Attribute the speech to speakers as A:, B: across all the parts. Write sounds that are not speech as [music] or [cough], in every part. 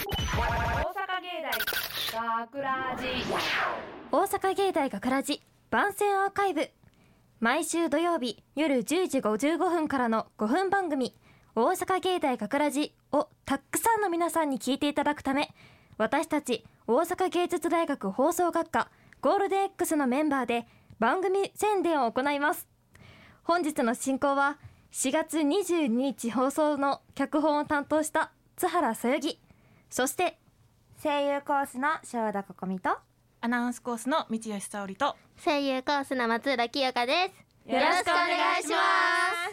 A: 大阪芸大学ラジ
B: 大阪芸大がくらじ番宣アーカイブ毎週土曜日夜10時55分からの5分番組「大阪芸大がくらじ」をたっくさんの皆さんに聞いていただくため私たち大阪芸術大学放送学科ゴールデン X のメンバーで番組宣伝を行います本日の進行は4月22日放送の脚本を担当した津原さゆぎそして
C: 声優コースの塩田ここみと
D: アナウンスコースの道吉沙織と
E: 声優コースの松浦清香です
A: よろしくお願いしま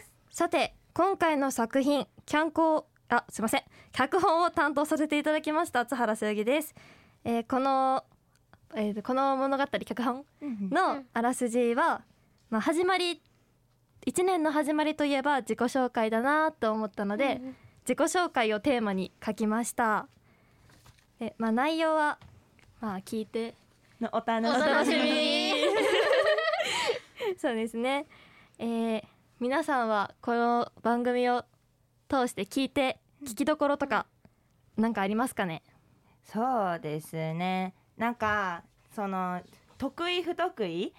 A: す
B: さて今回の作品「キャンコをあすいません脚本を担当させていただきました津原すゆぎです、えーこの、えーこの物語脚本のあらすじは、まあ、始まり1年の始まりといえば自己紹介だなと思ったので、自己紹介をテーマに書きましたで、まあ、内容は、まあ、聞いて
D: のお楽
E: お楽しみ
D: に
E: に
B: そうですね、えー皆さんはこの番組を通して聞いて聞きどころとかなんかありますかね
C: そうですねなんかその得意不
B: [laughs]
C: 得意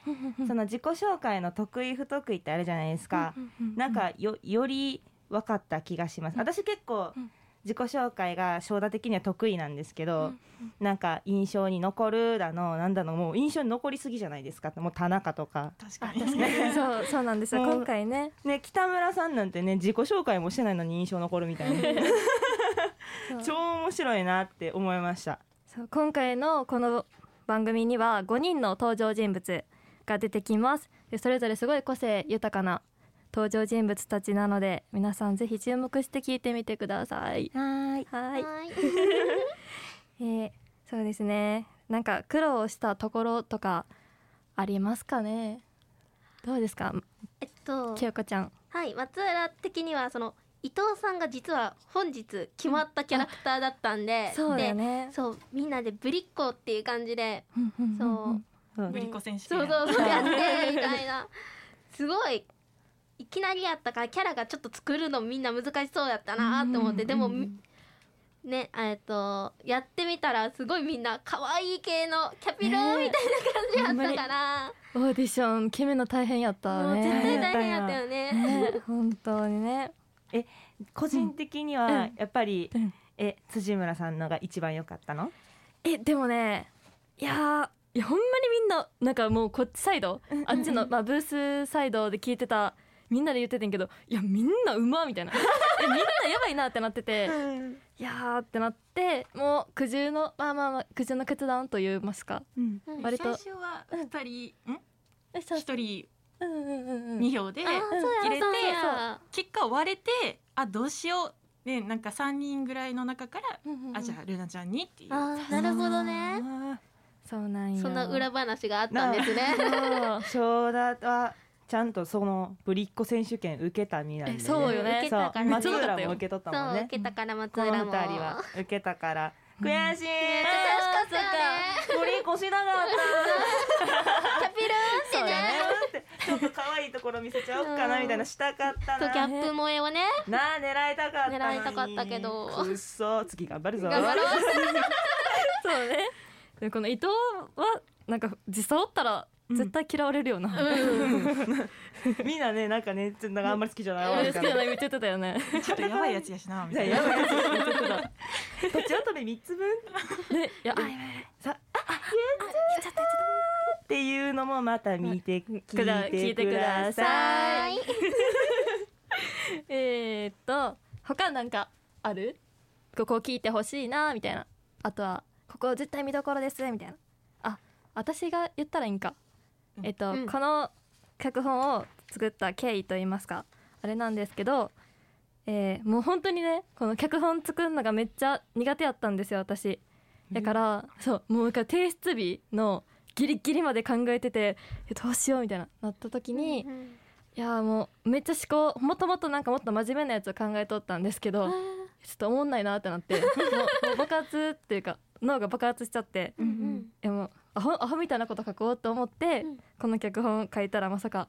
C: その自己紹介の得意不得意ってあるじゃないですかなんかよより分かった気がします私結構
B: うん
C: 自己紹介が正田的には得意なんですけ
B: う
C: ど
B: ん
C: なんか印象に残るだのなんだのもう印象に残りすぎじゃないですかもう田中とか
D: 確
B: あ
D: か
B: 確
D: に
B: かに [laughs] そうそうなんですよ
C: うん
B: 今回ね
C: ね北村さんなんてね自己紹介もしてないのに印象残るみたいな
B: [laughs]
C: [laughs]
B: そう
C: 超面白いなって思いました
B: そう今回のこの番組には5人の登場人物が出てきますでそれぞれすごい個性豊かな登場人物たちなので皆さんぜひ注目して聞いてみてください
C: はい
B: は
E: はい
B: えーそうですねなんか苦労したところとかありますかねどうですか
E: えっと
B: 清子ちゃん
E: はい松浦的にはその伊藤さんが実は本日決まったキャラクターだったんで、
B: そうだよね
E: でそうみんなでぶりっ子っていう感じでそう
C: そう
D: ぶりっ子選手
E: そうそうそうやってみたいな [laughs] すごいいきなりやったからキャラがちょっと作るのみんな難しそうだったなと思って、でもみねえっとやってみたらすごいみんな可愛い系のキャピローみたいな感じやったから、
B: オーディション決めるの大変やった
E: もう絶対
B: ね
E: 大変やったよね。
B: ね本当にね
C: 個人的に
B: う
C: は
B: ん
C: やっぱり、
B: うん
C: え辻村さんのが一番良かったの
B: えでもねいやーいやほんまにみんななんかもうこっちサイドあっちの、まあ、ブースサイドで聞いてたみんなで言っててんけどいやみんなうまみたいな [laughs] えみんなやばいなってなってて、いやーってなってもう苦渋のまあまあまあ苦渋の決断と言いますか
E: うん
B: 割と
D: 最初は二人、ん
B: えそう
D: 一人
B: うんうんうんうん
D: 二票で
E: あーそう
D: 入
E: や
D: れて
E: そうや
D: 結果割れてあどうしようねなんか三人ぐらいの中から、
B: うんうん
D: あじゃあルナちゃんにっていう
E: あーなるほどね
C: あ
B: そうなんよ
E: そんな裏話があったんです [laughs] ね。
B: そう
C: ー正田はちゃんとそのぶりっ子選手権受けた身なんで、ね、
B: えそうよね
E: 受けたからね
C: 松浦も受け取った
E: そ
C: もん
E: う受
C: ね
E: けたから松
C: この二
E: 浦
C: 人
E: も。
C: は受けたから
B: うん
C: 悔しい、
E: ね楽しかったよね。
C: ぶりっ子しなかった
E: キャピローってね。
C: ちょっと可愛いところ見せちゃおうかなみたいなしたかった
E: そうギャ
C: な。
E: ップ萌えをね
C: なあ狙いたかったの
E: 狙
C: に。
E: いたかったけど
C: くっそ次頑張るぞ。
E: 頑張ろう
B: そうねでこの伊藤はなんか実際おったら絶対嫌われるよな、う
C: [laughs]
E: [laughs]
C: みんなねなんかねちょっとなんかあんまり好きじ
B: [laughs]
C: ゃないわ
B: 好
C: み
B: きじゃ
C: たいな。
B: ない言っちゃってたよね
D: ちょっとやばいやつやしなみ
C: じ
D: た
C: ゃあ
D: いな
C: やばいや
B: [laughs]
C: つちょっとだ。とちおとめ三つ分
B: ねいや
C: さあっていうのもまた見て聞
B: 聞いて
C: いて
B: く
C: く
B: だ
C: だ
B: さ
C: さ
B: い
C: い。
B: えーっと他なんかあるここ聞いてほしいなみたいなあとはここ絶対見どころですみたいなあ私が言ったらいいんか、
D: うん
B: えっと、
E: うん
B: この脚本を作った経緯といいますかあれなんですけど、えーもう本当にねこの脚本作るのがめっちゃ苦手やったんですよ私だからそうもうなんか提出日のギリギリまで考えててえどうしようみたいななった時に、いやーもうめっちゃ思考もともとなんかもっと真面目なやつを考えとったんですけどちょっと思んないなってなってもう [laughs] もう爆発っていうか脳が爆発しちゃって
E: うんうん
B: でもアホアホみたいなこと書こうと思って、
E: うん
B: この脚本書いたらまさか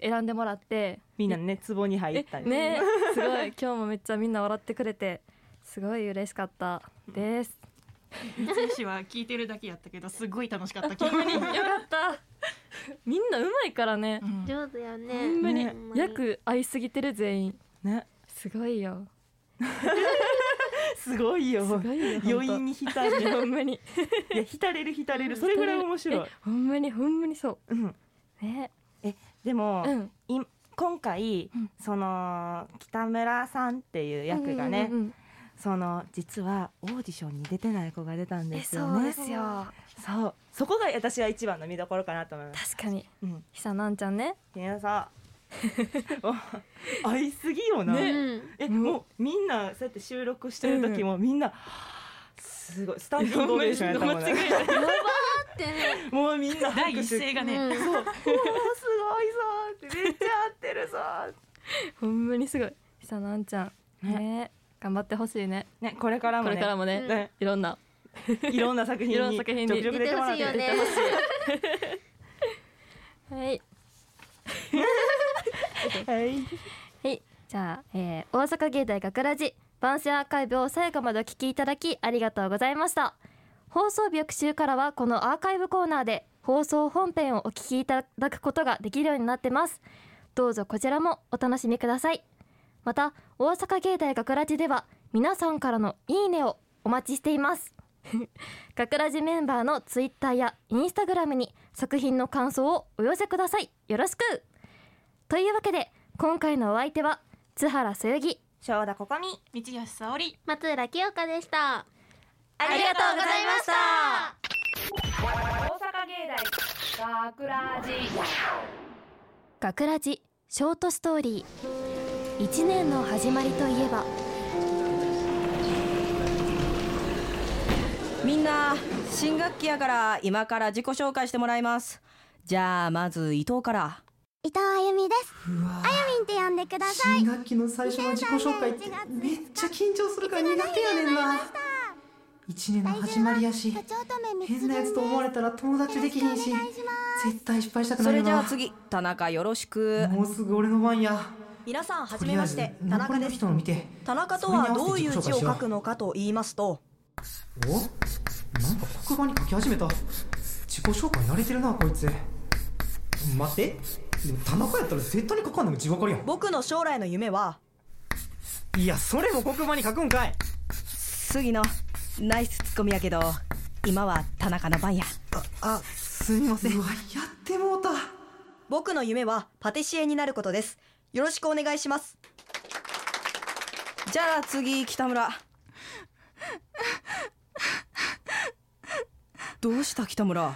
B: 選んでもらって
C: みんなね壺に入っ
B: え
C: たり。
B: [laughs] ねすごい今日もめっちゃみんな笑ってくれてすごい嬉しかったです。
D: 三石は聞いてるだけやったけどすごい楽しかった気
B: [laughs]
D: 分に、
B: よかった。みんなうまいからね。
E: 上手やね
B: ほんまに
C: ね
E: ほんまに
B: 約合いすぎてる全員。
C: ね
B: すごいよ。
C: すごいよ
B: すごいよ。
C: 余韻に浸る
B: ほ [laughs] ん
C: い
B: まに。
C: や浸れる浸れるそれぐらい面白い
B: え、ほんまにほんまにそ
C: うん、
B: う。ね。
C: でも、
B: うん。
C: い今回、
B: うん
C: その北村さんっていう役がね、
B: うんうんうん
C: その実はオーディションに出てない子が出たん
B: え、
C: です
B: そ
C: よ
B: うで
C: ね
B: すよ。
C: そうそこが私は一番の見どころかなと思います
B: 確かに。
C: うん
B: ひさなんちゃんね。
C: 皆さんもう合いすぎよな、
E: うん
C: えもうみんなそうやって収録してる時もみんな、すごいスタンディングオベーションやったもんね
E: やばーってね
C: もうみんな
D: 第
C: 拍手
D: 一声がね、
E: うん
C: そううわすごいぞーってめっちゃ合ってるぞーって
B: ほんまにすごい。ひさなんちゃん。ね。頑張ってほしいね。
C: ねこれから
B: こ
C: もね
B: れからもね。
C: ね
B: いろんな。
C: いろんな作品に
B: いろんな作品に
C: ちょくちょく
E: 出
C: 出
E: て
C: ても
E: ほ
C: らっ
E: しいよ
C: て
E: ね
B: はい。
C: はい
B: はい、じゃあ、えー大阪芸大学ラジ番宣アーカイブを最後までお聞きいただきありがとうございました放送日翌週からはこのアーカイブコーナーで放送本編をお聞きいただくことができるようになってますどうぞこちらもお楽しみくださいまた大阪芸大学ラジでは皆さんからのいいねをお待ちしています [laughs] 学ラジメンバーのツイッターやインスタグラムに作品の感想をお寄せくださいよろしくというわけで今回のお相手は津原そよぎ
C: 翔田ここみ
D: 道吉沙織
E: 松浦清香でした
C: あ
E: ありがとうございま
A: 大
E: した
A: 阪芸大学ラジ
B: 学ラジショートストーリー一年の始まりといえば
F: みんな新学期やから今から自己紹介してもらいますじゃあまず伊藤から
G: 伊藤あゆみです
H: うわ
G: あゆみんって呼んでください
H: 新学期の最初の自己紹介ってめっちゃ緊張するから苦手やねんな一年の始まりやし
G: 課長とめみつ
H: 変なやつと思われたら友達できひんし
G: よろしくお願
H: 絶対失敗したくな
F: そ
H: い
F: れ
H: よ
F: じゃあ
H: な
F: 次田中よろしく
H: もうすぐ俺の番や
F: 皆さんは
H: と
F: じめ
H: りあ
F: ま
H: え
F: し
H: ず
F: て田
H: 残
F: 中
H: りの
F: です
H: 人を見て
F: 田中とはどういう字を書くのかと言いますと
H: おなんか黒板に書き始めた自己紹介慣れてるなこいつ待ってでも田中やったら絶対に書かんのが字分かるや
F: 僕の将来の夢は
H: んいやそれも黒板に書くんかい
F: 杉野ナイスツッコミやけど今は田中の番や
H: あすみませんうわやってもうた
F: 僕の夢はパティシエになることですよろしくお願いしますじゃあ次北村どうした北村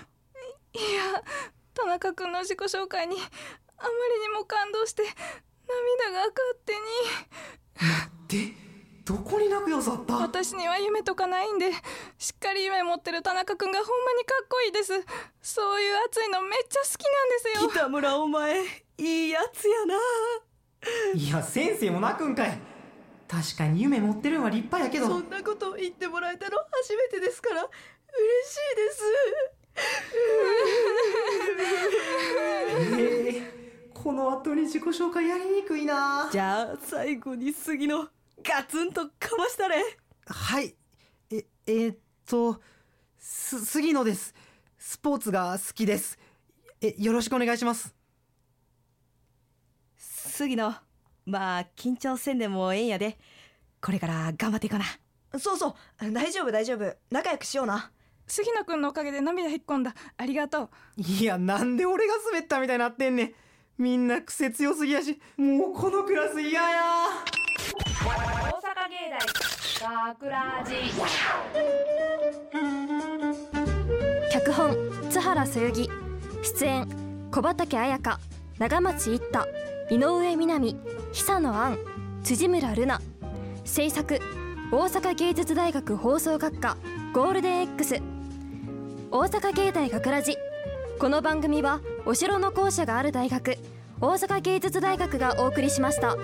I: 田中君の自己紹介にあまりにも感動して涙が勝手に
H: でどこに泣く要素あった
I: 私には夢とかないんでしっかり夢持ってる田中君がほんまにかっこいいですそういう熱いのめっちゃ好きなんですよ
F: 北村お前いいやつやない
H: や先生も泣くんかい確かに夢持ってるんは立派やけど
F: んなこと言ってもらえたの初めてですから嬉しいです
H: ええこの後に自己紹介やりにくいな
F: じゃあ最後に杉野ガツンとかましたれ
H: はいええーっとす杉野ですスポーツが好きですえよろしくお願いします
F: 杉野まあ緊張せんでもええんやでこれから頑張っていかなそうそう大丈夫大丈夫仲良くしような
I: 杉野君のおかげで涙引っ込んだありがとう
H: いやなんで俺が滑ったみたいになってんねんみんな癖強すぎやしもうこのクラス嫌や
A: 大阪芸大学ラジ
B: 脚本津原そよぎ出演小畑彩香長町一太井上みなみ久野杏辻村ルナ制作大阪芸術大学放送学科ゴールデン X 大阪芸大学ラジこの番組はお城の校舎がある大学大阪芸術大学がお送りしました。